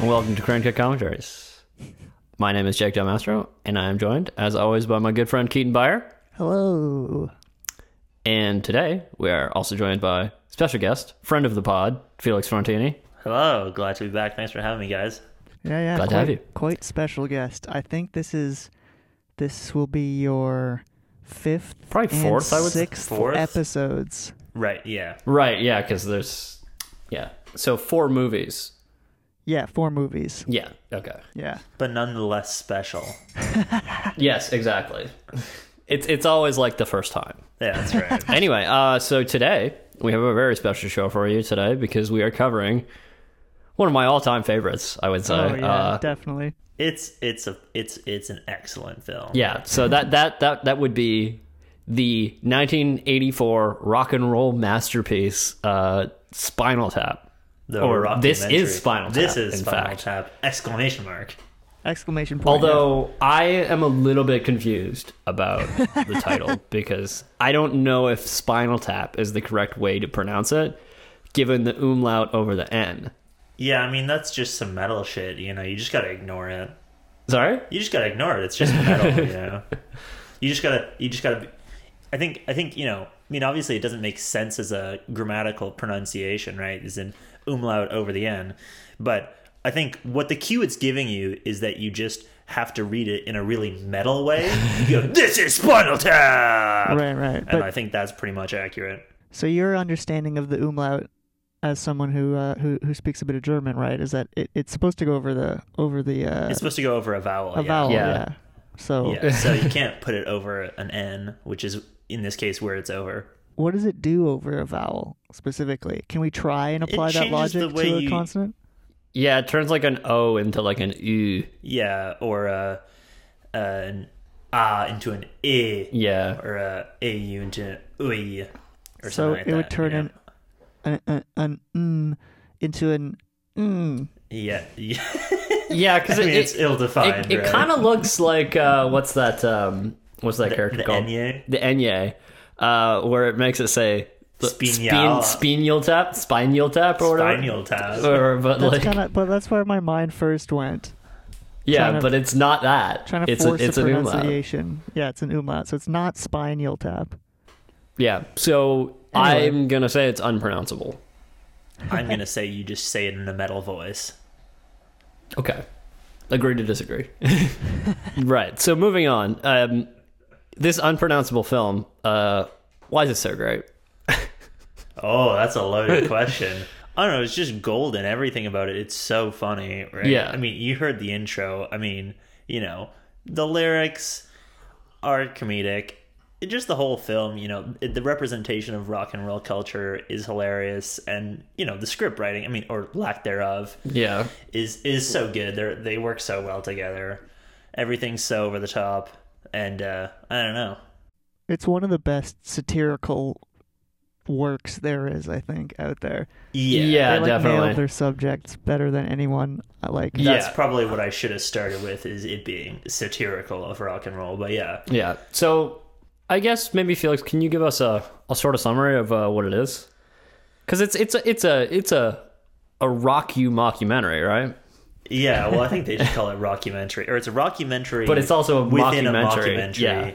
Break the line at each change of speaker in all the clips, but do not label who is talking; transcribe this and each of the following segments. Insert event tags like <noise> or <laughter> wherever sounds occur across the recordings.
welcome to Crane Cut Commentaries. My name is Jake Del Mastro, and I am joined, as always, by my good friend Keaton Byer.
Hello.
And today, we are also joined by special guest, friend of the pod, Felix Frontini.
Hello, glad to be back. Thanks for having me, guys.
Yeah, yeah.
Glad
quite,
to have you.
Quite special guest. I think this is this will be your fifth,
Probably
and
fourth, I would say.
sixth
Fourth?
episodes.
Right, yeah.
Right, yeah, because there's, yeah. So four movies.
Yeah, four movies.
Yeah, okay.
Yeah,
But nonetheless special.
Yes, exactly. It's, it's always like the first time.
Yeah, that's right.
Anyway, uh, so today we have a very special show for you today because we are covering one of my all-time favorites. I would say.
oh yeah,
uh,
definitely.
<laughs> it's it's a it's it's an excellent film.
yeah. So that that that that would be the 1984 rock and roll masterpiece, uh, Spinal Tap.
The
or
Rock
this
documentary.
is Spinal
This
Tap,
is
in
Spinal
fact.
Tap! Exclamation mark.
Exclamation point.
Although I am a little bit confused
<laughs>
about the title because I don't know if Spinal Tap is the correct way to pronounce it, given the umlaut over the N.
Yeah, I mean that's just some metal shit, you know, you just gotta ignore it.
Sorry?
You just gotta ignore it. It's just
<laughs>
metal, you know. You just gotta you just gotta be, I think I think, you know, I mean obviously it doesn't make sense as a grammatical pronunciation, right? Is an umlaut over the N. But I think what the cue it's giving you is that you just have to read it in a really metal way.
<laughs>
You go, This is Spinal Tap
yeah. right, right.
And
But
I think that's pretty much accurate.
so your understanding of the umlaut as someone who uh, who who speaks a bit of German, right, is that it, it's supposed to go over the over the uh,
It's supposed to go over a vowel.
a
yeah.
vowel,
Yeah.
yeah. So
Yeah, so
<laughs>
you can't put it over an N, which is in this case where it's over.
what does it do over a vowel specifically? Can we try and apply that
changes the
logic
way
to a
you-
consonant?
Yeah, it turns like an O into like an U.
Yeah, or a, an ah into an e,
Yeah.
or a au into an ui, or
So
something like
it would
that,
turn
you know?
an an an, an mm into an mm.
yeah, <laughs> yeah.
Yeah, because
I
it,
mean, it's
it, it,
ill-defined.
it kind of looks like uh, what's that? Um, what's that character
the E
called?
Enye?
The Enye, uh, where it makes it say the
Spinal.
spin, spinal tap, spinal tap, or whatever.
Spinal tap.
Or, but
That's
like,
kind of, but that's where my mind first went.
yeah,
trying to-
but it's not that.
Trying to
it's
force
a, it's
a
an umlaut.
pronunciation. Yeah, it's an umlaut, so it's not spinal tap.
Yeah, so
Anyway.
I'm gonna say it's unpronounceable.
I'm gonna say you just say it in a metal voice.
Okay. Agree to disagree. <laughs> right. So moving on. Um, this unpronounceable film. Uh, why is it so great?
Oh, that's
<laughs>
a loaded question. I don't know. It's just golden. Everything about it. It's so funny, right?
Yeah.
I mean, you heard the intro. I mean, you know, the lyrics are comedic. It, just the whole film, you know, it, the representation of rock and roll culture is hilarious, and you know, the script writing. I mean, or lack thereof,
Yeah.
is is so good. They they work so well together. Everything's so over the top, and uh, I don't know.
It's one of the best satirical works there is, I think, out there.
Yeah,
they, like,
definitely.
nailed their subjects better than anyone. I Like
Yeah.
That's probably what I should have started with is it being satirical of rock and roll. But yeah.
Yeah. So I guess maybe Felix, can you give us a, a sort of summary of uh, what it is? Because it's it's a it's a it's a a rock you mockumentary, right?
Yeah, well I think they just call it rockumentary. Or it's a rockumentary
But it's also a
within a
mockumentary,
mockumentary.
yeah.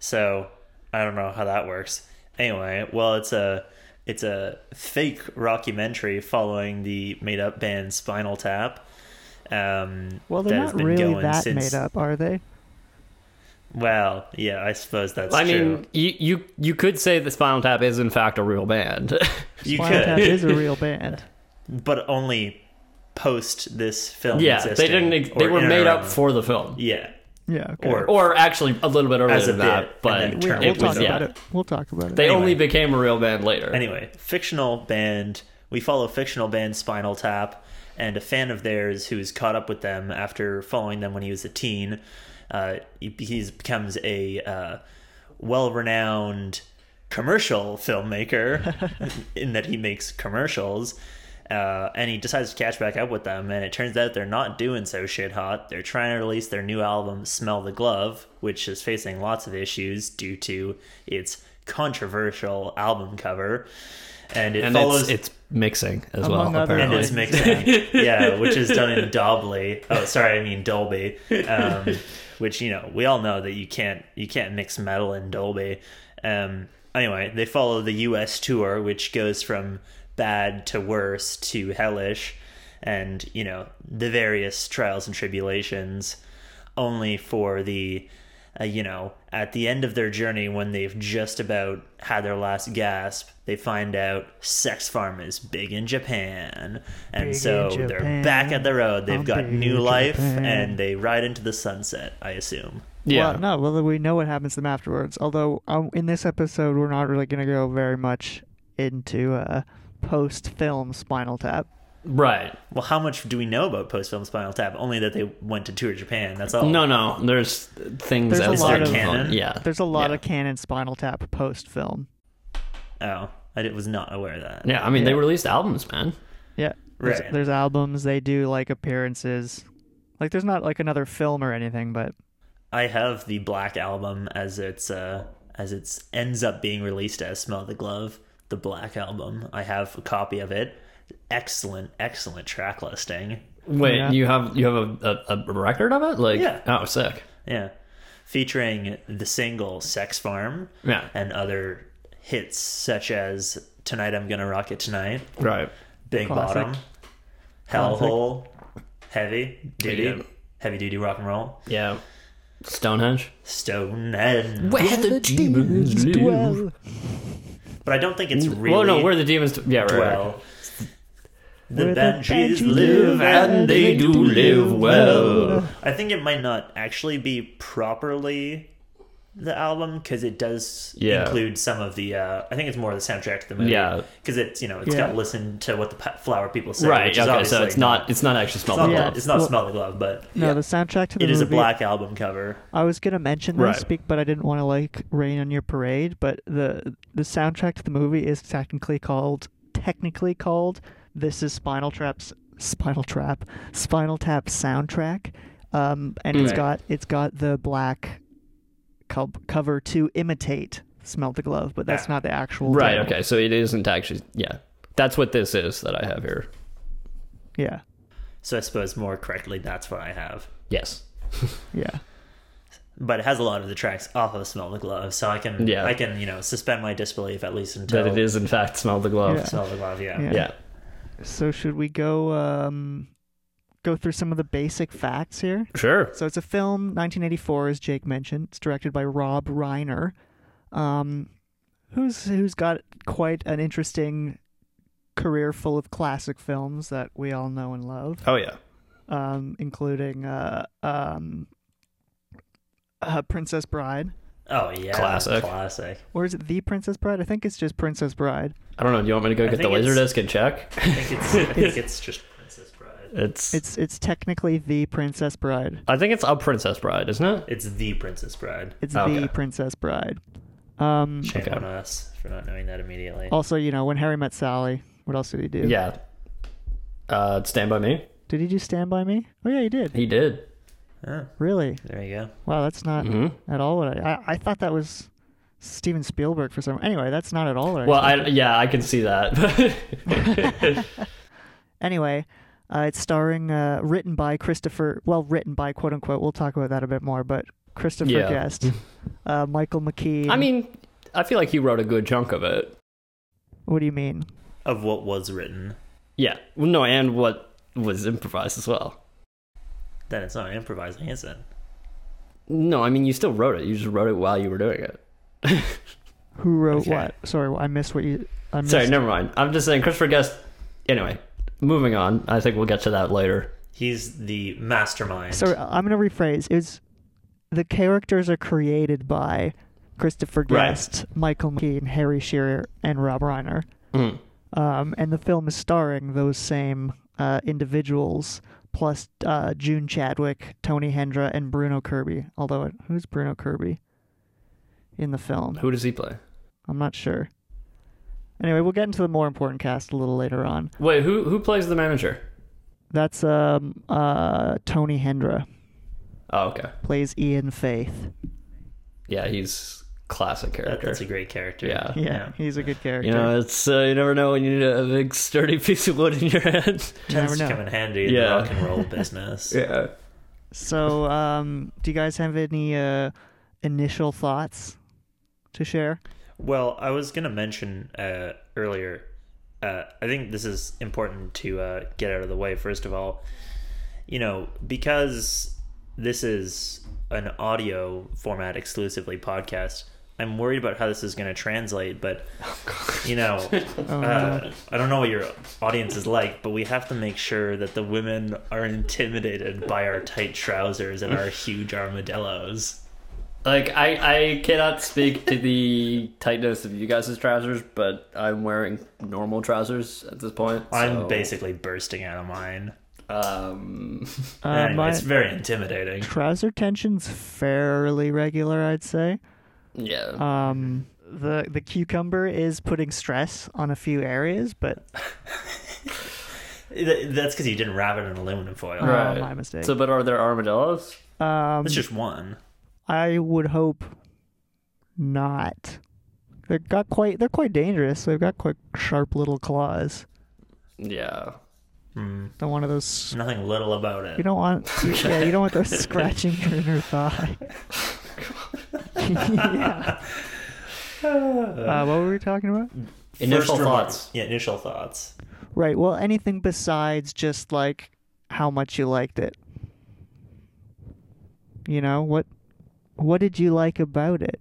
So I don't know how that works. Anyway, well it's a it's a fake rockumentary following the made up band Spinal Tap. Um,
well, they're
that has
not
been
really
going
that
since-
made up, are they?
Well, yeah, I suppose that's
I
true.
mean, you, you you could say that Spinal Tap is in fact a real band. <laughs>
you
Spinal Tap
could,
is a real band.
but only post this film.
yeah, they
existing,
didn't. ex- They
or
were
in
made
or
up
around.
for the film,
Yeah,
Yeah. Okay.
or
or actually a little bit earlier
As a
than
bit,
that. But
and
we,
turn
will
it
talk
was
about
yeah.
it. We'll talk about it.
They only
Anyway.
became a real band later.
Anyway, fictional band. We follow fictional band Spinal Tap and a fan of theirs who is caught up with them after following them when he was a teen. Uh, he be- he's becomes a uh, well-renowned commercial filmmaker <laughs> in that he makes commercials. Uh, and he decides to catch back up with them, and it turns out they're not doing so shit hot. They're trying to release their new album, Smell the Glove, which is facing lots of issues due to its controversial album cover. and it
and
follows
it's, it's mixing as
Among
well.
other
Apparently,
and it's mixing.
<laughs>
yeah, which is done in Dobley. Oh, sorry, I mean Dolby. Um, which you know we all know that you can't you can't mix metal in Dolby. Um, anyway, they follow the U.S. tour, which goes from bad to worse to hellish, and you know the various trials and tribulations. Only for the, uh, you know, at the end of their journey when they've just about had their last gasp, they find out sex farm is big in Japan, and
Big
so
in
they're
Japan.
back at the road. They've
I'm
got
big
new
in
life,
Japan.
and they ride into the sunset. I assume.
yeah,
Well, no, well, we know what happens to them afterwards. Although um, in this episode, we're not really going to go very much into uh, post-film Spinal Tap.
right.
Well, how much do we know about post film Spinal Tap? Only that they went to tour Japan. That's all.
No, no. There's things
There's a
outside
lot
of
of-
canon. Yeah,
There's a lot
yeah.
of canon Spinal Tap post-film.
Oh, I di- was not aware of that.
Yeah, I mean they
Yeah.
released albums, man.
Yeah, there's,
Right.
there's albums. They do like appearances. Like there's not like another film or anything, but
I have the Black album as it's uh as it's ends up being released as Smell the Glove, the Black album. I have a copy of it. Excellent, excellent track listing.
Wait,
Yeah.
you have you have a, a, a record of it? Like,
Yeah.
oh, sick.
Yeah. Featuring the single Sex Farm
Yeah,
and other hits such as Tonight I'm Gonna Rock It Tonight,
right.
Big
Classic.
Bottom,
Classic.
Hellhole, Heavy Duty,
Yeah.
Heavy Duty Rock and Roll,
Yeah, Stonehenge.
Stonehenge.
Where the demons
Dwell.
But I don't think it's really
Well, no, where the demons. d- Yeah, right. right.
well. The
Where the
banshees
banshees
live
live
and they do live well.
well.
I think it might not actually be properly the album because it does
Yeah.
include some of the. Uh, I think it's more the soundtrack to the movie.
Yeah.
because it's you know it's
Yeah.
got listen to what the pe- flower people say.
Right.
which is
Okay. So
obviously
it's not. It's not actually
It's
smelled
not,
yeah.
glove.
it's not
Well-
smell the glove, but
no,
yeah.
the soundtrack to the
it is
Mm,
a
movie-
black album cover.
I was gonna mention
Right.
this, bec- but I didn't want to like rain on your parade. But the the soundtrack to the movie is technically called technically called "This Is Spinal Trap's Spinal Trap Spinal Tap soundtrack," um, and it's
Right.
got it's got the black co- cover to imitate "Smell the Glove," but that's
Yeah.
not the actual
Right.
title.
Okay. So it isn't actually. Yeah. That's what this is that I have here.
Yeah.
So I suppose more correctly, that's what I have.
Yes.
Yeah.
But it has a lot of the tracks off of Smell the Glove, so I can
Yeah.
I can you know suspend my disbelief at least until
That it is in fact smelled the glove.
Yeah.
Smell the Glove. Yeah.
Yeah.
yeah.
So should we go um, go through some of the basic facts here?
Sure.
So it's a film, 1984, as Jake mentioned. It's directed by Rob Reiner, um, who's who's got quite an interesting career full of classic films that we all know and love,
Oh yeah.
um, including uh, um, uh, Princess Bride,
Oh yeah,
Classic.
classic.
or is it The Princess Bride? I think it's just Princess Bride.
I don't know. Do you want me to go
I
get the
think
laser
it's-
disc and check?
I think it's, I
<laughs>
think it's just Princess Bride.
It's.
It's it's technically The Princess Bride.
I think it's a Princess Bride, isn't it?
It's the Princess Bride.
It's
Oh, Okay.
The Princess Bride. Um,
Shame
Okay.
on us for not knowing that immediately.
also, you know, when Harry met Sally, what else did he do?
Yeah. Uh, Stand by Me.
Did he do Stand by Me? Oh yeah, he did.
He did.
Oh,
Really?
there you go.
Wow, that's not
Mhm.
at all what I, I I thought that was Steven Spielberg for some. Anyway, that's not at all what I.
Well, I yeah, I can see <laughs> that.
anyway, uh, it's starring, uh, written by Christopher. Well, written by quote unquote. We'll talk about that a bit more, but Christopher
Yeah. <laughs>
Guest, uh, Michael McKee.
I mean, I feel like he wrote a good chunk of it.
what do you mean?
Of what was written,
Yeah. Well, no, and what was improvised as well.
then it's not improvising, is it?
No, I mean you still wrote it. You just wrote it while you were doing it. <laughs>
Who wrote
Okay.
what? Sorry, I missed what you. I missed.
Sorry, never mind. I'm just saying Christopher Guest. Anyway, moving on. I think we'll get to that later.
He's the mastermind.
Sorry, I'm gonna rephrase. Is the characters are created by Christopher
Right.
Guest, Michael McKean, Harry Shearer, and Rob Reiner.
Mm.
um, and the film is starring those same uh, individuals plus uh, June Chadwick, Tony Hendra, and Bruno Kirby. Although, it, who's Bruno Kirby in the film?
Who does he play?
I'm not sure. Anyway, we'll get into the more important cast a little later on.
Wait, who who plays the manager?
That's um, uh, Tony Hendra
Oh, okay.
plays Ian Faith.
Yeah, he's classic
That,
character.
that's a great character.
Yeah.
<laughs> Yeah, he's a good character.
you know, it's uh, you never know when you need a big sturdy <laughs> piece of wood in your hand.
You
Tends
never
to
know.
come in handy in
Yeah.
the rock and roll
<laughs>
business.
yeah.
So, um, do you guys have any uh, initial thoughts to share?
Well, I was going to mention uh, earlier, uh, I think this is important to uh, get out of the way, first of all. You know, because this is an audio format exclusively podcast, I'm worried about how this is going to translate,
<laughs>
but, you know,
Oh, no.
uh, I don't know what your audience is like, but we have to make sure that the women are intimidated by our tight trousers
<laughs>
and our huge armadillos.
Like I, I cannot speak to the tightness of you guys' trousers, but I'm wearing normal trousers at this point.
I'm
so,
basically bursting out of mine.
Um, <laughs>
Uh,
Anyway,
my
it's very intimidating.
trouser tension's fairly regular, I'd say.
yeah.
Um, the the cucumber is putting stress on a few areas, but
Th- That's because you didn't wrap it in aluminum foil.
Right. Oh, my mistake.
So, but are there armadillos?
um,
That's just one.
I would hope not. They're got quite they're quite dangerous. They've got quite sharp little claws.
Yeah.
Mm,
They're one of those.
nothing little about
You
it.
don't want yeah. You don't want those scratching your inner thigh. <laughs> yeah. Uh, what were we talking about?
Initial
remark-
thoughts.
Yeah, initial thoughts.
Right. Well, anything besides just like how much you liked it. You know what? What did you like about it?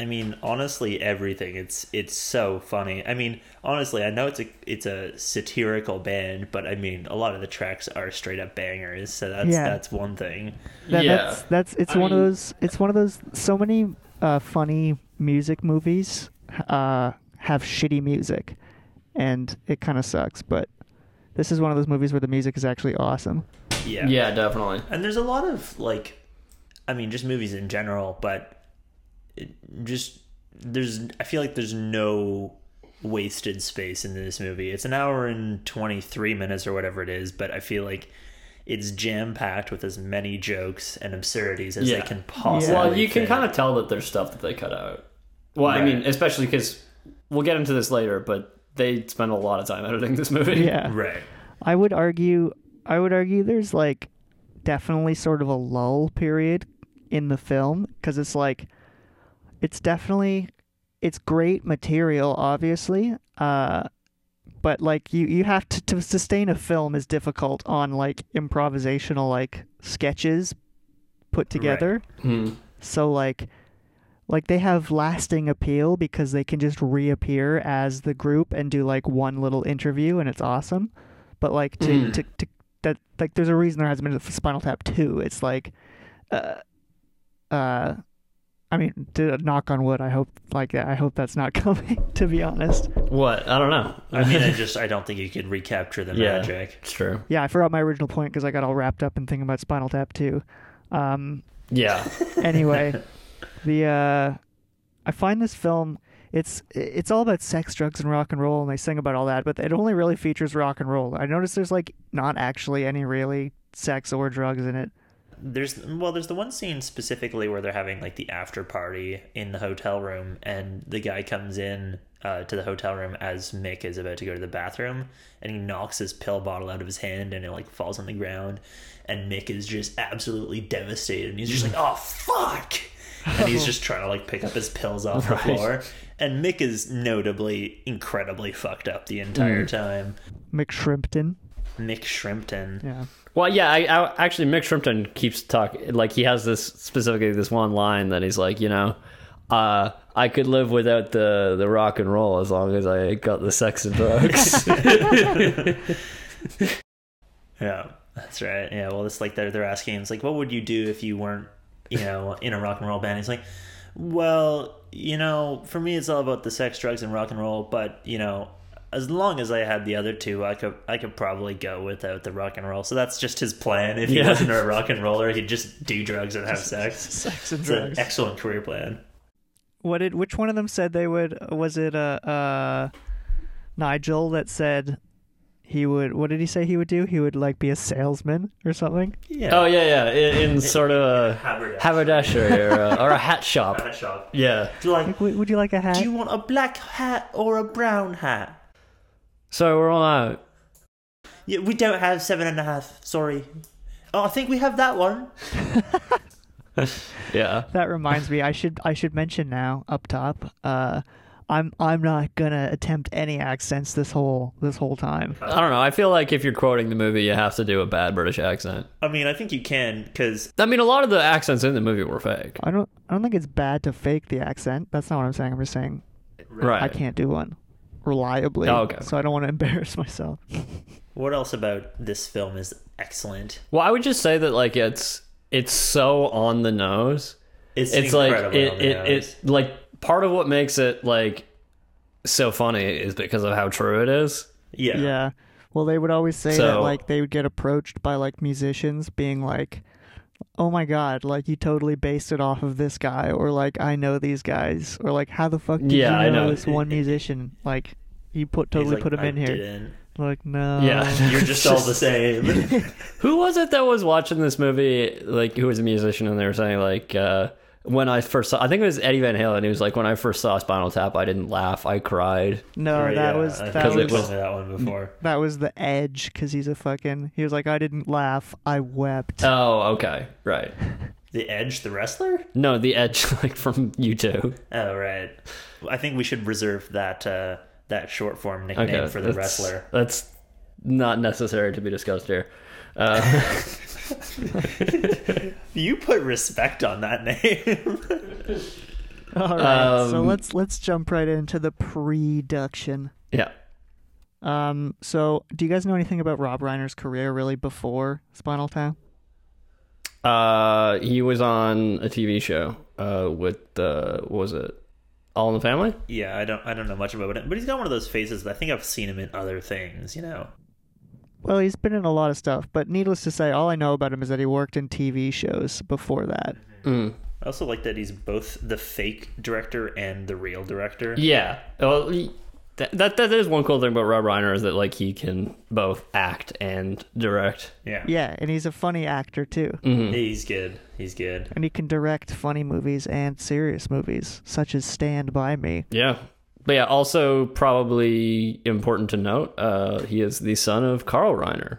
I mean, honestly, everything. It's it's so funny. I mean, honestly, I know it's a it's a satirical band, but I mean, a lot of the tracks are straight up bangers. So that's
Yeah.
that's one thing.
That,
yeah.
That's that's it's
I
one of
mean-
those it's one of those so many uh, funny music movies uh, have shitty music, and it kind of sucks. But this is one of those movies where the music is actually
<coughs>
awesome.
Yeah.
yeah. definitely.
And there's a lot of like, I mean, just movies in general, but it just there's I feel like there's no wasted space in this movie. It's an hour and 23 minutes or whatever it is, but I feel like it's jam packed with as many jokes and absurdities as
Yeah.
they can possibly.
Well, you can
fit.
kind of tell that there's stuff that they cut out. Well, I
Right.
mean, especially because we'll get into this later, but they spend a lot of time editing this movie.
Yeah,
right.
I would argue I would argue there's like definitely sort of a lull period in the film because it's like it's definitely it's great material obviously uh but like you you have to to sustain a film is difficult on like improvisational like sketches put together
Hmm.
so like like they have lasting appeal because they can just reappear as the group and do like one little interview and it's awesome. But like to
Mm.
to, to that like there's a reason there hasn't been a Spinal Tap 2. It's like uh uh I mean, to knock on wood, I hope like I hope that's not <laughs> coming to be honest.
<laughs> What? I don't know.
I mean, I just I don't think you could recapture
<laughs>
the
Yeah.
magic.
it's true.
Yeah, I forgot my original point cuz I got all wrapped up in thinking about Spinal Tap 2. Um
Yeah. <laughs>
anyway, the uh, I find this film it's it's all about sex, drugs, and rock and roll, and they sing about all that, but it only really features rock and roll. I noticed there's like not actually any really sex or drugs in it.
There's well, there's the one scene specifically where they're having like the after party in the hotel room, and the guy comes in uh, to the hotel room as Mick is about to go to the bathroom, and he knocks his pill bottle out of his hand, and it like falls on the ground, and Mick is just absolutely devastated, and he's just like, "Oh fuck!" And he's just trying to like pick up his pills off the floor, and Mick is notably incredibly fucked up the entire time.
Mick Shrimpton,
Mick Shrimpton,
yeah,
Well, yeah, I, I actually Mick Shrimpton keeps talk like he has this specifically this one line that he's like, you know, uh, I could live without the the rock and roll as long as I got the sex and <laughs> drugs.
Yeah, that's right. Yeah, well, it's like they're they're asking. It's like, what would you do if you weren't, you <laughs> know, in a rock and roll band? It's like, well, you know, for me, it's all about the sex, drugs, and rock and roll. But you know, as long as I had the other two, I could I could probably go without the rock and roll. So that's just his plan. If he
Yeah.
wasn't a rock and roller, he'd just do drugs and have sex. <laughs>
sex and
It's an
drugs.
excellent career plan.
What did which one of them said they would? Was it uh, uh Nigel that said he would what did he say he would do? He would like be a salesman or something.
Yeah.
Oh yeah, yeah, in, in sort of a
Haberdashery.
haberdashery or a, or a hat shop.
<laughs> Hat shop.
Yeah.
Like,
Like, would would you like a hat?
do you want a black hat or a brown hat?
So we're all out.
Yeah, we don't have seven and a half. Sorry. Oh, I think we have that one.
Yeah.
That reminds me, I should I should mention now up top. Uh, I'm I'm not gonna attempt any accents this whole this whole time.
I don't know. I feel like if you're quoting the movie, you have to do a bad British accent.
I mean, I think you can because
I mean, a lot of the accents in the movie were fake.
I don't I don't think it's bad to fake the accent. That's not what I'm saying. I'm just saying
Right.
I can't do one reliably.
Oh, okay.
So I don't want to <laughs> embarrass myself.
what else about this film is excellent?
Well, I would just say that like it's it's so on the nose. It's like it,
incredibly on
it
the nose.
it's like part of what makes it like so funny is because of how true it is.
yeah.
Yeah. Well, they would always say that
So-
like they would get approached by like musicians being like, "Oh my god, like you totally based it off of this guy," or like, "I know these guys," or like, "How the fuck did
Yeah, I
you know,
know.
this one musician?" Like, you put
He's
totally
like,
put him
I
in here.
didn't.
Like, no.
Yeah.
Um, <laughs> You're just all the same.
<laughs> Who was it that was watching this movie? Like, who was a musician, and they were saying like, uh, when I first saw, I think it was Eddie Van Halen. He was like, when I first saw Spinal Tap, I didn't laugh, I cried.
<laughs>
No, Oh, that
Yeah, uh,
was
I
that
think
was,
it
you told me that one before.
that was the edge because he's a fucking. He was like, I didn't laugh, I wept.
Oh, okay, right.
The Edge, the wrestler.
No, the Edge, <laughs> like from U two.
Oh right. I think we should reserve that uh, that short form nickname
Okay,
for the
that's-
wrestler.
That's not necessary to be discussed here. Uh,
<laughs> You put respect on that <laughs> name.
All right, so
um,
let's let's jump right into the production.
yeah.
Um, so do you guys know anything about Rob Reiner's career really before Spinal Tap?
Uh, he was on a TV show uh, with uh, what was it All in the Family?
yeah, I don't I don't know much about it, but he's got one of those faces that I think I've seen him in other things. You know.
Well, he's been in a lot of stuff, but needless to say, all I know about him is that he worked in TV shows before that.
I also like that he's both the fake director and the real director.
Yeah. Well, he- that, that that is one cool thing about Rob Reiner is that like he can both act and direct.
Yeah.
Yeah, and he's a funny actor too.
Mm. Mm-hmm.
He's good. He's good.
And he can direct funny movies and serious movies, such as Stand By Me.
Yeah. But yeah, also probably important to note, uh, he is the son of Carl Reiner,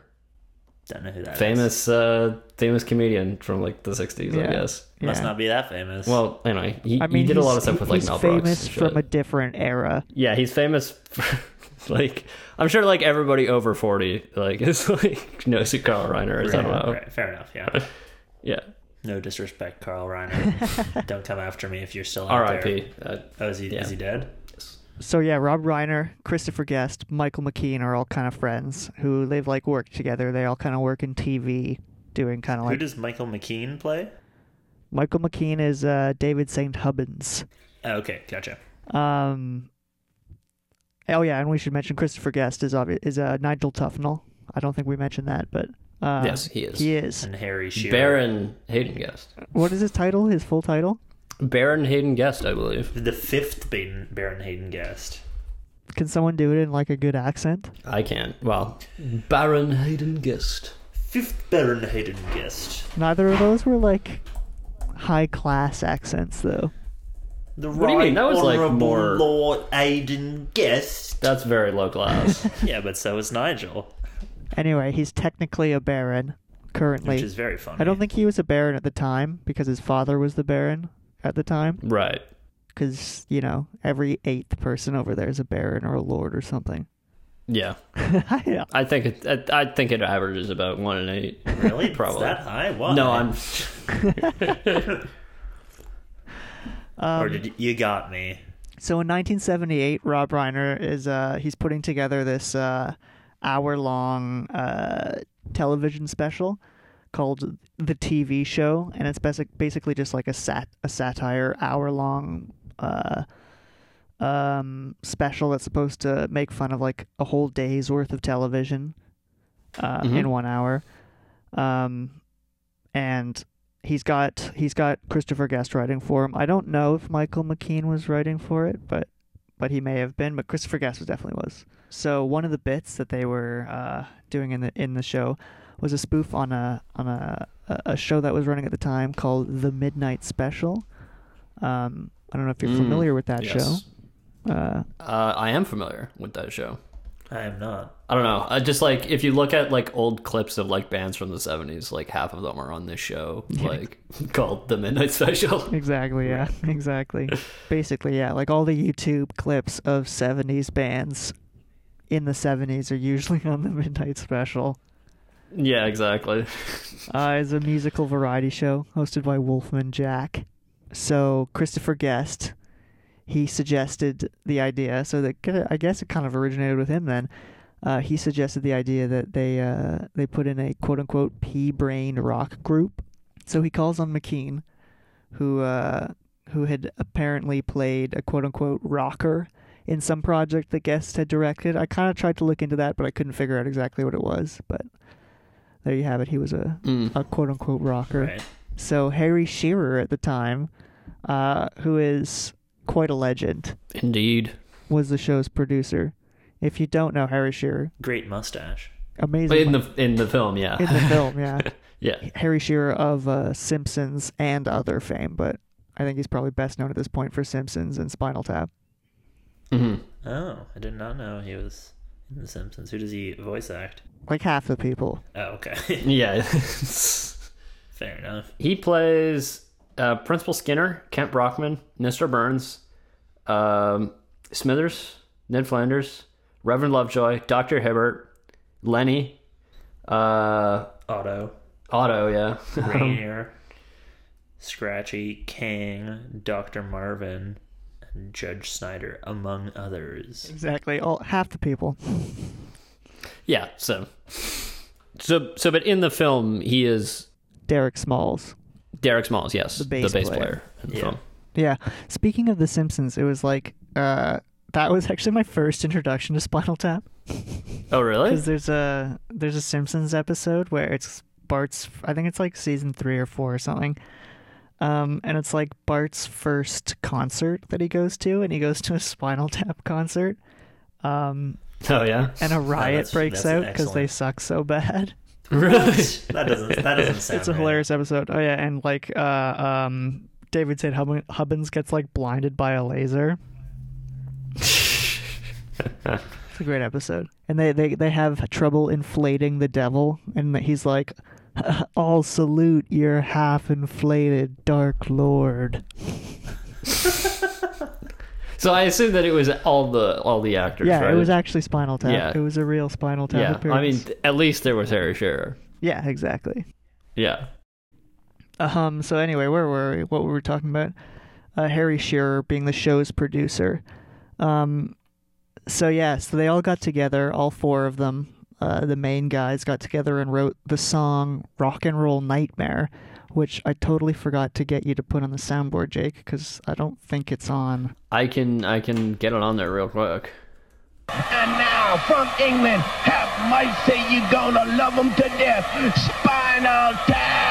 Don't know who that is.
famous uh, famous comedian from like the '60s,
Yeah.
I guess.
Must
Yeah.
not be that famous.
Well, anyway, he,
I mean,
he did a lot
he's-
of stuff with like
he's
Mel Brooks.
famous
and
from a
shit.
different era.
Yeah, he's famous. For, <laughs> like I'm sure, like everybody over forty, like <laughs> is like knows who Carl Reiner is. I don't know.
Right, fair enough.
<laughs>
Yeah.
Yeah,
No disrespect, Carl Reiner. Don't come after me if you're still out
R.I.P.
there.
Uh,
Oh, is he,
Yeah.
is he dead?
So yeah, Rob Reiner, Christopher Guest, Michael McKean are all kind of friends who they've like worked together. They all kind of work in TV, doing kind of
Who
like
does Michael McKean play?
Michael McKean is uh, David St. Hubbins.
Oh, okay, gotcha.
Um, oh yeah, and we should mention Christopher Guest is obvious is uh, Nigel Tufnell. I don't think we mentioned that, but uh,
Yes, he is.
He is.
And Harry Shearer.
Baron Hayden Guest.
What is his title? His full title?
Baron Hayden Guest, I believe.
The fifth Baden, Baron Hayden guest.
Can someone do it in like a good accent?
I can't. Well, Baron Hayden Guest.
Fifth Baron Hayden guest.
Neither of those were like high class accents though.
The
do
right
you mean? That was, like,
Honourable
more-
Lord Hayden guest.
That's very low class.
<laughs>
<laughs>
Yeah, but so is Nigel,
Anyway, he's technically a baron currently.
which is very funny.
I don't think he was a baron at the time because his father was the baron at the time.
right.
Because you know every eighth person over there is a baron or a lord or something. <laughs>
Yeah.
yeah.
I think it. I, I think it averages about one in eight.
really It's
Probably.
that high. Why?
No, I'm.
Um,
Or did you, you got me?
So in 1978, Rob Reiner is uh, he's putting together this uh, hour-long uh, television special called the TV show, and it's basic, basically just like a sat a satire hour-long uh, um, special that's supposed to make fun of like a whole day's worth of television uh,
Mhm.
in one hour, um, and he's got he's got Christopher Guest writing for him. I don't know if Michael McKean was writing for it, but but he may have been. But Christopher Guest was definitely was. So one of the bits that they were uh, doing in the in the show was a spoof on a on a a- a show that was running at the time called The Midnight Special. Um, I don't know if you're
Mm,
familiar with that
yes.
show. Uh,
Uh, I am familiar with that show.
I am not.
I don't know. I just like if you look at like old clips of like bands from the seventies, like half of them are on this show, like <laughs> called the Midnight Special. <laughs>
exactly, yeah, <laughs> exactly. Basically, yeah, like all the YouTube clips of '70s bands in the '70s are usually <laughs> on The Midnight Special.
yeah, exactly.
Uh, it's a musical variety show hosted by Wolfman Jack. So Christopher Guest, he suggested the idea. So that kinda- I guess it kind of originated with him. Then uh, he suggested the idea that they uh, they put in a quote unquote pea brain rock group. So he calls on McKean, who uh, who had apparently played a quote unquote rocker in some project that Guest had directed. I kind of tried to look into that, but I couldn't figure out exactly what it was. But there you have it. He was a
Mm.
a quote unquote rocker.
Right.
So Harry Shearer at the time, uh, who is quite a legend,
Indeed.
was the show's producer. If you don't know Harry Shearer,
Great mustache.
amazing
In the in the film, yeah,
<laughs> in the film, yeah.
yeah.
Harry Shearer of uh, Simpsons and other fame, but I think he's probably best known at this point for Simpsons and Spinal Tap.
hmm
Oh, I did not know he was in The Simpsons. Who does he voice act?
Like half the people.
Oh, okay. <laughs>
Yeah. <laughs>
Fair enough.
he plays uh, Principal Skinner, Kent Brockman, Mr. Burns, um, Smithers, Ned Flanders, Reverend Lovejoy, Doctor Hibbert, Lenny, uh,
Otto,
Otto. Yeah. <laughs>
Um,
Rainier, Scratchy, Kang, Dr. Marvin, and Judge Snyder, among others.
Exactly, all half the people.
Yeah, so so so but in the film he is
Derek Smalls.
Derek Smalls, yes. The
bass player.
in the
Yeah.
film.
Yeah. Speaking of The Simpsons, it was like uh, that was actually my first introduction to Spinal Tap.
Oh really?
Because there's a there's a Simpsons episode where it's Bart's. I think it's like season three or four or something. Um, and it's like Bart's first concert that he goes to, and he goes to a Spinal Tap concert. Um,
Oh yeah. <laughs>
and a riot
that's-
breaks
that's
out
an
because they
excellent-
suck
<laughs>
so bad.
Really?
That doesn't. That doesn't sound.
<laughs> It's a
right.
hilarious episode. Oh yeah, and like uh, um, David said, Hubbin- Hubbins gets like blinded by a laser. It's a great episode. And they, they, they have trouble inflating the devil, and he's like, <laughs> I'll salute your half inflated Dark Lord.
so I assume that it was all the all the actors,
yeah,
right?
it was actually Spinal Tap.
Yeah.
It was a real Spinal Tap
Yeah. I mean
appearance.
th- at least there was Harry Shearer.
yeah, exactly.
Yeah.
Um, so anyway, where were we? What were we talking about? Uh, Harry Shearer being the show's producer. Um, so yeah, so they all got together, all four of them, uh, the main guys got together and wrote the song "Rock and Roll Nightmare," which I totally forgot to get you to put on the soundboard, Jake, because I don't think it's on.
I can I can get it on there real quick.
And now from England, half might say you gonna love 'em to death. Spinal Tap!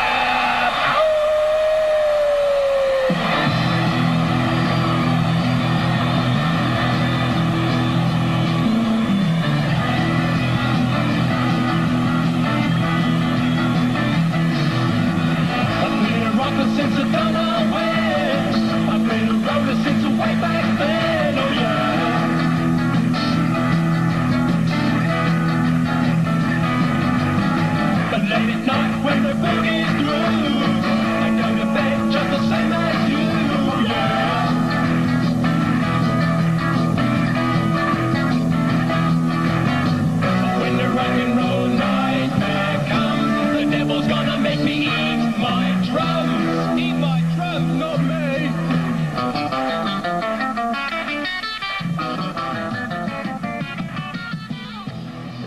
I've been a rocker since I don't know when. I've been a rocker since way back then. Oh yeah. But late at night when the boogie's through, I go to bed just the same as you. Yeah. When the rock and roll nightmare comes, the devil's gonna make me eat my drums, eat my drums, not me.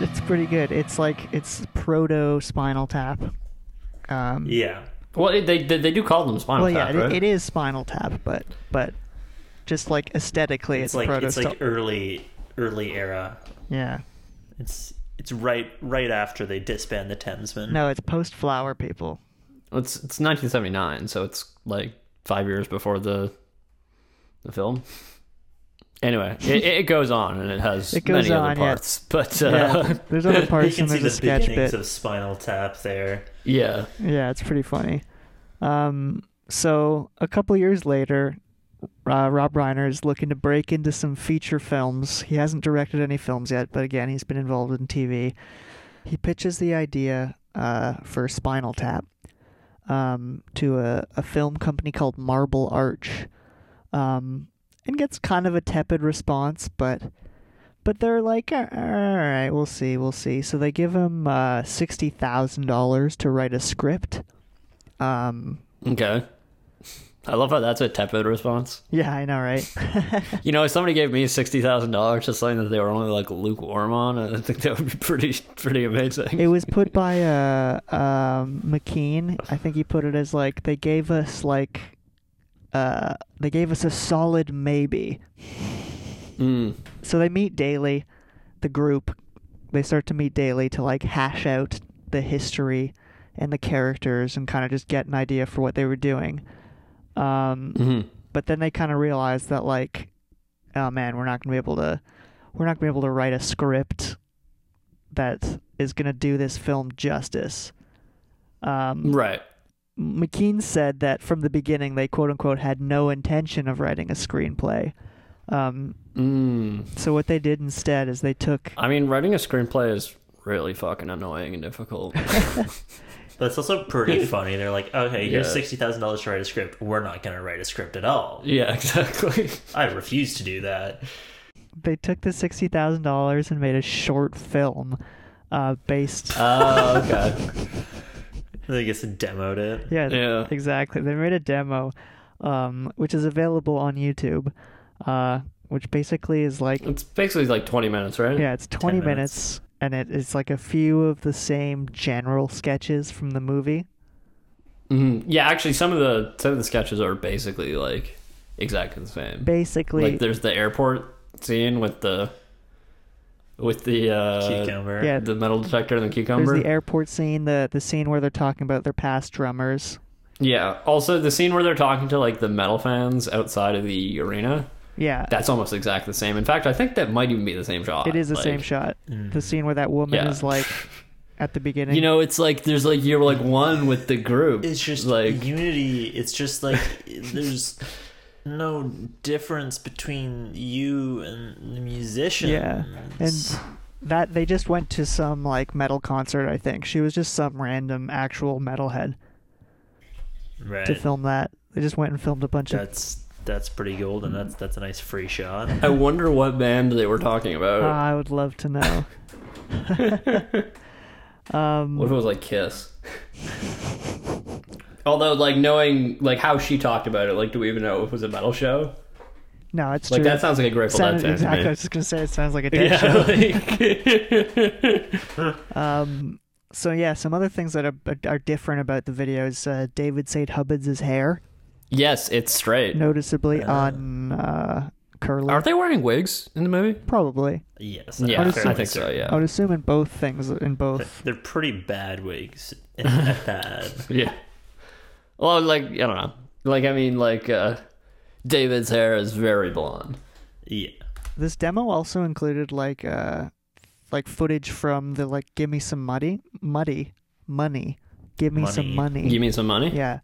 It's pretty good. It's like it's proto Spinal Tap. Um,
Yeah.
Well, it, they, they they do call them Spinal
well, yeah,
Tap,
it,
right?
it is Spinal Tap, but but just like aesthetically,
It's
it's,
like
proto.
it's like early, early era.
yeah.
It's it's right right after they disband the Thamesmen.
No, it's post flower people.
It's it's 1979, so it's like 5 years before the the film. Anyway, it, it goes on and it has
It goes
many
on,
other
yeah.
parts. But uh,
Yeah,
<laughs>
yeah.
there's other
you
parts
can
and
see
there's a
the
sketch
beginnings
bit.
of Spinal Tap there.
<laughs>
Yeah, it's pretty funny. Um, so a couple years later, uh, Rob Reiner is looking to break into some feature films. He hasn't directed any films yet, but again, he's been involved in TV. He pitches the idea uh, for Spinal Tap um, to a, a film company called Marble Arch, um, and gets kind of a tepid response, but but they're like, all right, we'll see, we'll see. So they give him uh, sixty thousand dollars to write a script. Um,
Okay. I love how that's a tepid response.
yeah, I know, right? <laughs>
You know, if somebody gave me sixty thousand dollars to something that they were only like lukewarm on, I think that would be pretty pretty amazing.
<laughs> it was put by uh, um, McKean. I think he put it as like they gave us like uh, they gave us a solid maybe. Hmm.
Mm.
So they meet daily, the group. They start to meet daily to like hash out the history and the characters and kind of just get an idea for what they were doing. Um,
Mhm.
but then they kind of realize that like oh man we're not going to be able to we're not going to be able to write a script that is going to do this film justice um,
Right.
mckean said that from the beginning they quote unquote had no intention of writing a screenplay um,
Mm.
so what they did instead is they took
I mean, writing a screenplay is really fucking annoying and
<laughs>
difficult. <laughs>
But it's also pretty funny. They're like, okay, here's
Yeah.
sixty thousand dollars to write a script. We're not going to write a script at all.
yeah,
<laughs>
exactly.
I refuse to do that.
they took the $60000 and made a short film uh, based
Oh,
Ah,
okay.
They just demoed it.
Yeah,
Yeah.
exactly. They made a demo, um, which is available on YouTube, uh, which basically is like,
it's basically like twenty minutes, right?
yeah, it's 20
10
minutes, and it is like a few of the same general sketches from the movie.
Mhm. Yeah, actually, some of the some of the sketches are basically like exactly the same.
Basically,
Like, there's the airport scene with the with the uh,
Cucumber.
yeah.
the metal detector and the
there's
cucumber.
the airport scene, the, the scene where they're talking about their past drummers.
yeah. Also, the scene where they're talking to like the metal fans outside of the arena.
Yeah,
That's almost exactly the same. In fact, I think that might even be the same shot.
it is the
Like,
same shot. The scene where that woman
Yeah.
is like at the beginning.
You know, it's like there's like you're like one with the group.
It's just
like
like unity. It's just like there's no difference between you and the musician.
Yeah, and that they just went to some like metal concert. I think she was just some random actual metalhead
right.
to film that. They just went and filmed a bunch of.
That's that's pretty gold, and that's that's a nice free shot.
I wonder what band they were talking about.
Ah, I would love
<laughs>
to know.
What if it was like Kiss? Although, like knowing like how she talked about it, like do we even know if it was a metal show?
No, it's
Like
true.
that sounds like a Grateful Dead
Sounded-
fan
exactly. I
to me.
was just gonna say it
<laughs>
sounds like a dead show.
Yeah, like-
So yeah, some other things that are are different about the video is uh, David Said Hubbard's hair
yes, it's straight.
noticeably on uh, curly.
Aren't they wearing wigs in the movie?
Probably.
Yes.
Yeah,
I'm
I
Honestly-
fairly
think so.
certain.
I
Yeah,
would assume in both things. In
<laughs>
both.
They're pretty bad wigs <laughs> at that.
yeah. Well, like I don't know. Like I mean, like uh, David's hair is very blonde.
Yeah.
This demo also included like uh like footage from the like give me some money muddy money. Give me some money.
You mean some money?
yeah.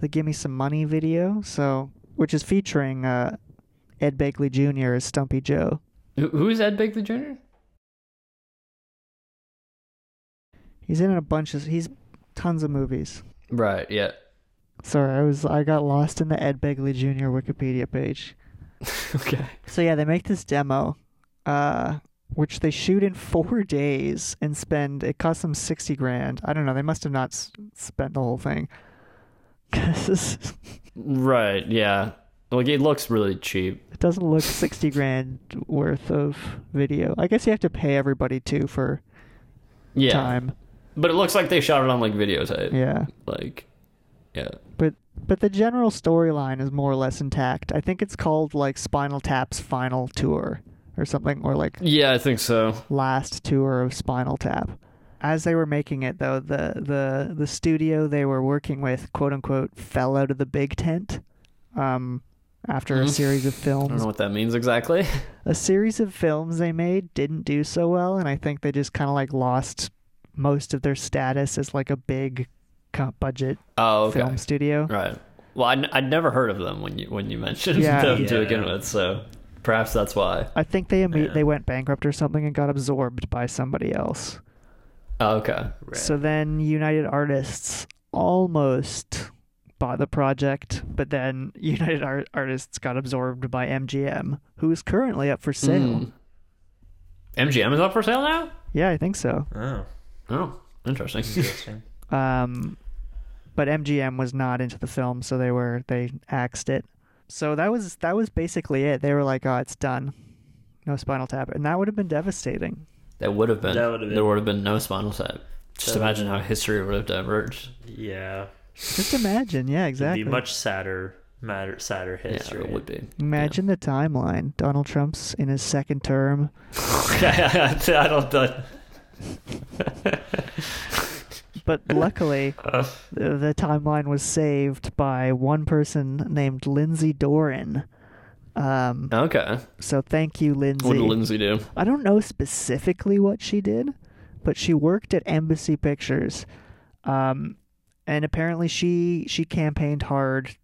The give me some money video, so which is featuring uh Ed Bagley Jr. as Stumpy Joe.
Who Who is Ed Bigley Jr.?
He's in a bunch of he's tons of movies.
Right. Yeah.
Sorry, I was I got lost in the Ed Begley Jr. Wikipedia page.
<laughs> okay.
So yeah, they make this demo, uh, which they shoot in four <laughs> days and spend. It cost them sixty grand. I don't know. They must have not s- spent the whole thing. <laughs> 'Cause
Right. Yeah. Like it looks really cheap.
it doesn't look sixty grand worth of video. I guess you have to pay everybody too for
Yeah.
time.
But it looks like they shot it on like videotape.
Yeah,
Like, yeah.
but but the general storyline is more or less intact. I think it's called like Spinal Tap's final tour or something, or like
Yeah, I think so.
last tour of Spinal Tap. As they were making it, though, the the the studio they were working with, quote unquote, fell out of the big tent, um, after a series of
Mm. I don't
films.
know what that means exactly. <laughs>
A series of films they made didn't do so well, and I think they just kind of like lost most of their status as like a big co- budget
Oh, okay.
film studio.
Right. Well, I, would never heard of them when you when you mentioned
Yeah.
them to
Yeah.
begin with, so perhaps that's why.
I think they imme-
Yeah.
they went bankrupt or something and got absorbed by somebody else.
Oh, okay.
Right.
So then United Artists almost bought the project, but then <laughs> United Ar- Artists got absorbed by MGM, who is currently up for sale.
Hmm. MGM is up for sale now.
Yeah, I think so.
oh,
Oh,
<laughs>
interesting.
interesting.
Um, but MGM was not into the film, so they were they axed it. So that was that was basically it. They were like, "Oh, it's done." No Spinal Tap, and that would have been devastating.
that would have been.
That would have
There
been-
would have been no Spinal Tap. Just
That would-
imagine how history would have diverged.
yeah,
Just imagine, yeah,
it'd
exactly.
be much sadder, madder, sadder
Yeah,
history.
it
<laughs>
would be.
imagine the timeline. Donald Trump's in his second term.
I don't. <laughs> that-
<laughs>
But luckily,
Uh,
the, the timeline was saved by one person named Lindsay Doran. Um,
Okay.
so thank you, Lindsay.
What did Lindsay do?
I don't know specifically what she did, but she worked at Embassy Pictures, um, and apparently she she campaigned hard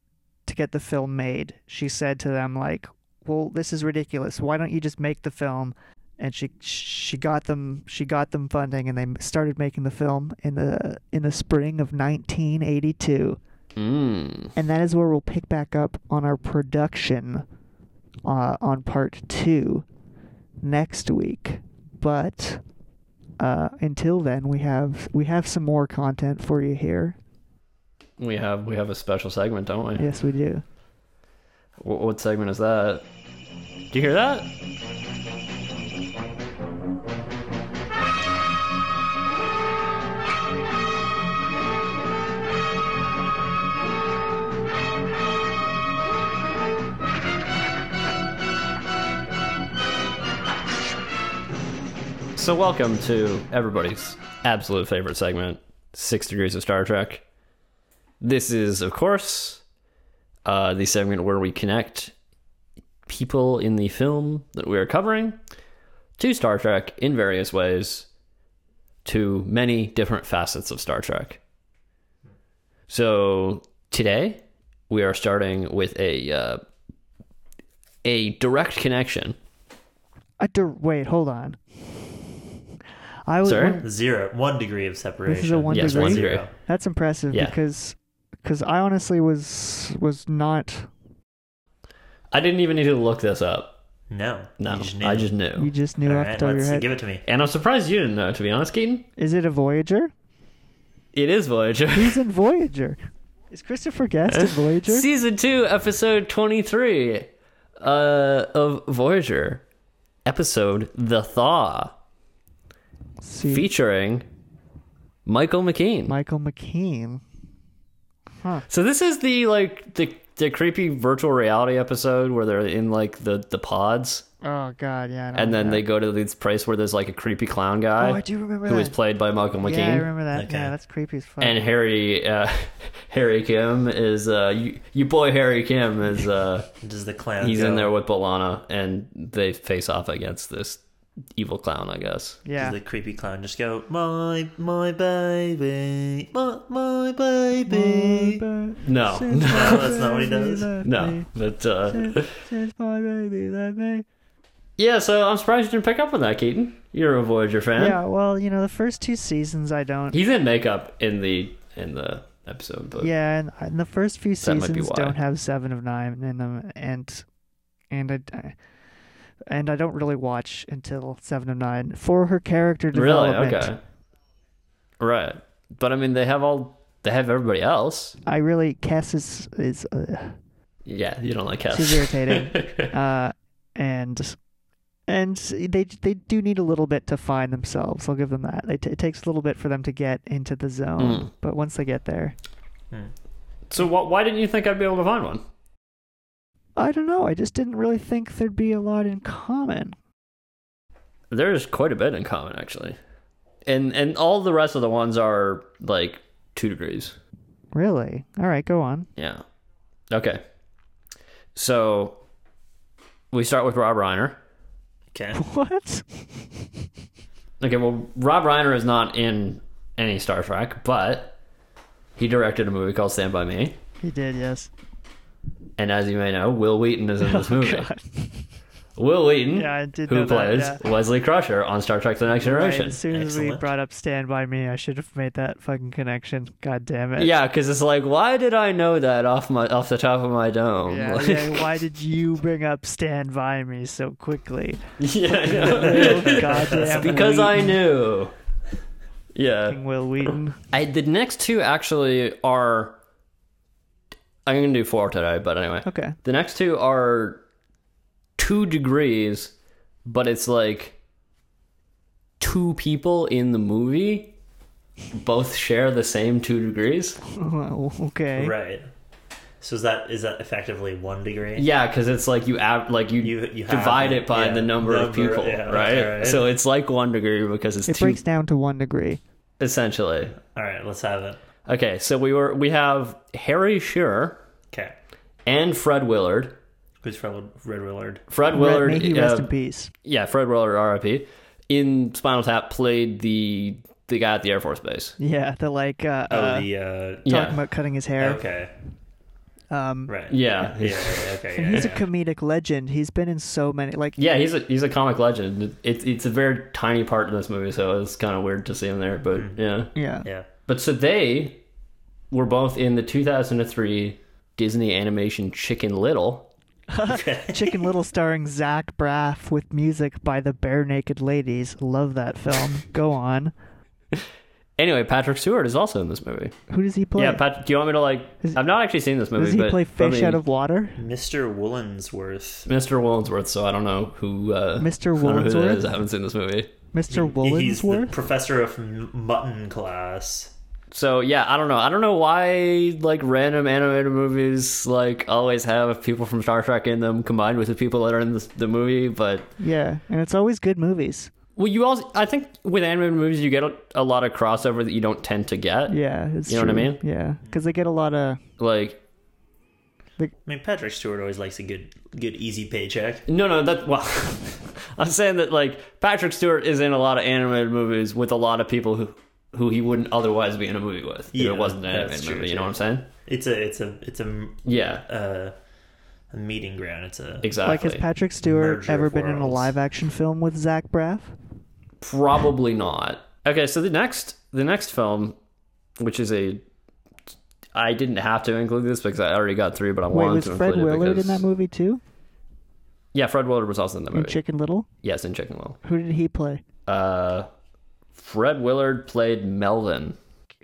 to get the film made. She said to them like, "Well, this is ridiculous. Why don't you just make the film?" And she she got them she got them funding, and they started making the film in the in the spring of 1982.
Mm.
And that is where we'll pick back up on our production uh, on part two next week. But uh, until then, we have we have some more content for you here.
We have we have a special segment, don't we?
Yes, we do.
Wh- what segment is that? Do you hear that? So, welcome to everybody's absolute favorite segment, Six Degrees of Star Trek. This is, of course, uh, the segment where we connect people in the film that we are covering to Star Trek in various ways to many different facets of Star Trek. So today we are starting with a uh, a direct connection.
I dir- wait, hold on. I was
Sir?
when-
Zero, one degree of separation.
this is a one
yes,
degree.
one
Zero.
degree.
That's impressive
Yeah.
because because I honestly was was not.
I didn't even need to look this up.
No,
No,
you
I
knew.
just knew.
You just knew
All
off the
right,
top of your
let's
head.
give it to me.
And I'm surprised you didn't know, to be honest, Keaton.
Is it a Voyager?
It is Voyager.
He's in Voyager. Is Christopher Guest in Voyager?
Season 2, episode 23 uh, of Voyager, episode The Thaw,
See-
featuring Michael McKean.
Michael McKean.
so this is the like the the creepy virtual reality episode where they're in like the the pods
Oh God, yeah. I know
and then
that.
they go to this place where there's like a creepy clown guy
Oh, I do remember
who
that.
is played by Michael McKean.
yeah, I remember that.
Okay.
Yeah, that's creepy as fuck.
and Harry uh, <laughs> Harry Kim is uh you, you boy Harry Kim is
<laughs>
uh
Does the clown?
he's
go?
in there with Balana, and they face off against this evil clown, I guess.
yeah,
Does the creepy clown just go, my my baby, my my baby?
<laughs> No,
Since
no,
my
that's not what he
baby
does.
left
no.
me,
But uh,
Since my baby left me.
<laughs> yeah, so I'm surprised you didn't pick up on that, Keaton. You're a Voyager fan.
Yeah, well, you know, the first two seasons I don't.
He's in makeup in the in the episode, but
Yeah, and, uh, and the first few
That might be
seasons
why.
don't have seven of nine in them, and and I- I and I don't really watch until seven of nine for her character
really,
development.
okay, right. But I mean, they have all they have everybody else.
I really Cass is is uh,
Yeah, you don't like Cass.
She's irritating. uh, and and they they do need a little bit to find themselves. I'll give them that. They t- it takes a little bit for them to get into the zone,
Mm.
but once they get there,
<laughs> so wh- why didn't you think I'd be able to find one?
I don't know. I just didn't really think there'd be a lot in common.
There's quite a bit in common actually, and and all the rest of the ones are like two degrees.
Really? All right, go on.
Yeah. Okay. So we start with Rob Reiner.
Okay.
<laughs> What?
Okay, well, Rob Reiner is not in any Star Trek, but he directed a movie called Stand By Me.
He did, yes.
And as you may know, Will Wheaton is
<laughs>
in this movie.
Oh, God.
Will Wheaton,
Yeah, I did
who
know that,
plays
yeah.
Wesley Crusher on Star Trek The Next
Right,
Generation.
as soon as we
Excellent.
brought up Stand By Me, I should have made that fucking connection. God damn it.
Yeah, because it's like, why did I know that off my off the top of my dome?
Yeah,
Like-
yeah, why did you bring up Stand By Me so
<laughs>
quickly?
<laughs> Yeah, I know.
Oh, goddamn
because I
Wheaton.
knew.
Fucking
Yeah,
Will Wheaton.
I, the next two actually are. I'm gonna do four today, but anyway.
Okay.
The next two are two degrees, but it's like two people in the movie both share the same two degrees.
Well, <laughs> okay.
Right. So is that is that effectively one degree?
Yeah, because it's like you ab- like you,
You- you have
divide
it,
it by
yeah,
the number, of
number,
people,
yeah,
right?
right.
So it's like one degree because it's
It
two
breaks down to one degree.
essentially.
All right, let's have it.
Okay, so we were we have Harry Shearer
Okay.
and Fred Willard.
Who's from Red Willard?
Fred
Red,
Willard,
may he rest
uh,
in peace.
yeah, Fred Willard, R.I.P. In Spinal Tap, played the the guy at the Air Force Base.
Yeah, the like uh,
Oh,
uh
the uh,
Yeah.
talking about cutting his hair.
Okay.
Um
Right.
Yeah.
Yeah. yeah, Okay.
and
yeah,
he's a
yeah.
comedic legend. He's been in so many like
Yeah, he's a he's a comic legend. It's it's a very tiny part in this movie, so it's kind of weird to see him there. But yeah,
yeah.
yeah.
But so they were both in the 2003 Disney animation Chicken Little.
<laughs> Chicken Little starring Zach Braff with music by the Bare Naked Ladies. Love that film.
<laughs>
Go on.
Anyway, Patrick Stewart is also in this movie.
Who does he play?
Yeah, Pat, do you want me to like?
Is-
I've not actually seen this movie.
does he
but
play
I
fish
mean,
out of water?
Mr. Woolensworth.
Mr. Wollensworth? So I don't know who uh,
Mr.
I don't know who that
Wollensworth?
is. I haven't seen this movie.
Mr.
He's the
Woolensworth?
professor of m- mutton class.
So yeah, I don't know. I don't know why like random animated movies like always have people from Star Trek in them combined with the people that are in the, the movie, but
Yeah, and it's always good movies.
well, you also I think with animated movies you get a, a lot of crossover that you don't tend to get.
Yeah, it's
You know what I
true.
mean?
Yeah, because they get a lot of
Like
I mean, Patrick Stewart always likes a good, good, easy paycheck.
no, no, that well, <laughs> I'm saying that like Patrick Stewart is in a lot of animated movies with a lot of people who who he wouldn't otherwise be in a movie with if
Yeah,
it wasn't an
that's
animated
true,
movie. You
too.
know what I'm saying?
It's a, it's a, it's a,
Yeah,
uh, a meeting ground. It's a
exactly.
like. Has Patrick Stewart
Merger
ever
of
been in a
worlds.
live action film with Zach Braff?
Probably not. Okay, so the next the next film, which is a I didn't have to include this because I already got three, but I
Wait,
wanted
was
to
Fred
include it
Willard
because,
in that movie too?
Yeah, Fred Willard was also in that
In
movie.
Chicken Little?
yes, in Chicken Little.
Who did he play?
Uh, Fred Willard played Melvin.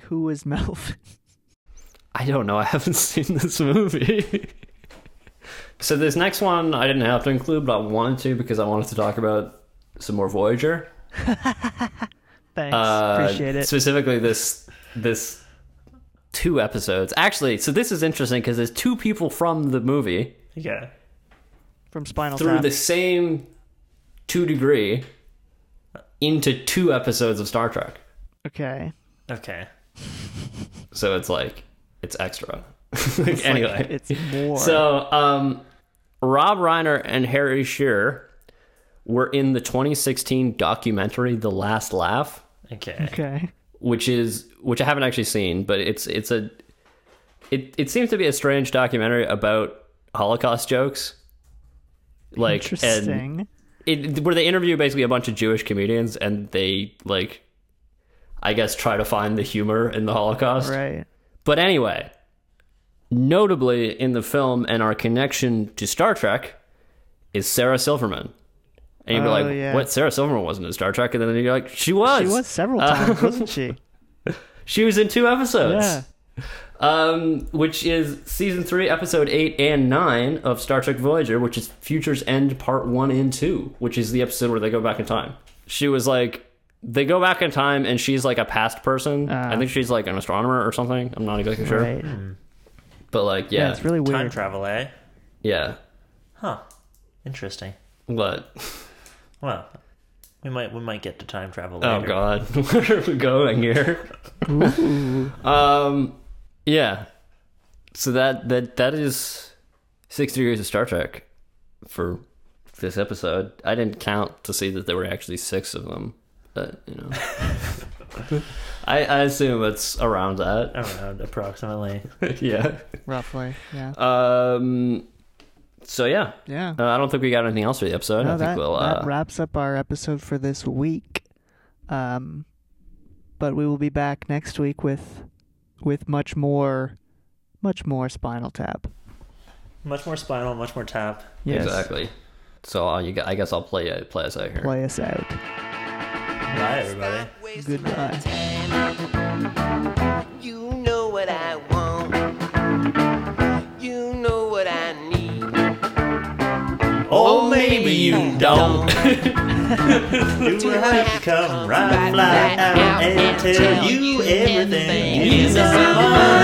Who was Melvin? <laughs>
I don't know. I haven't <laughs> seen this movie. <laughs> so this next one I didn't have to include, but I wanted to because I wanted to talk about some more Voyager.
Thanks,
Uh,
appreciate it.
Specifically, this this two episodes actually. So this is interesting because there's two people from the movie
yeah.
From Spinal
through
Tap.
the same two degree into two episodes of Star Trek. <laughs>
Okay.
Okay.
So it's like it's extra. <laughs>
It's like-
anyway,
it's more.
so um, Rob Reiner and Harry Shearer were in the 2016 documentary The Last Laugh.
Okay.
okay.
which is which I haven't actually seen, but it's it's a it it seems to be a strange documentary about Holocaust jokes. Like and
Interesting.
it, where they interview basically a bunch of Jewish comedians and they like I guess try to find the humor in the Holocaust.
right.
But anyway, notably in the film and our connection to Star Trek is Sarah Silverman. And you'd be
Oh,
like,
yeah.
what? Sarah Silverman wasn't in Star Trek? And then you're like, she was.
She was several
Uh, <laughs>
times, wasn't she?
She was in two episodes
Yeah.
um, which is season three, episode eight and nine of Star Trek Voyager, which is Futures End Part One and Two, which is the episode where they go back in time. She was like, they go back in time, and she's like a past person.
Ah.
I think she's like an astronomer or something. I'm not exactly sure,
Right.
but like,
Yeah,
yeah,
it's really
Time
weird.
travel, eh?
yeah.
Huh. Interesting.
What?
Well, we might, we might get to time travel. Later.
Oh God, <laughs> where are we going
<laughs>
here? um, yeah. So that that that is six degrees of Star Trek for this episode. I didn't count to see that there were actually six of them, but you
<laughs>
know, I, I assume it's around
<laughs>
that.
around approximately.
yeah.
roughly. Yeah.
Um. So yeah,
Yeah.
uh, I don't think we got anything else for the episode. I
No,
think
that,
we'll. Uh,
that wraps up our episode for this week. Um, but we will be back next week with with much more, much more Spinal Tap.
Much more spinal, much more tap.
Yes.
Exactly. So uh, you, gu- I guess I'll play play us out here.
Play us out.
Bye, everybody.
Good night.
You know what I want. You know what I need.
Oh, maybe you don't.
<laughs> You will have to come right flat out and tell you everything you know.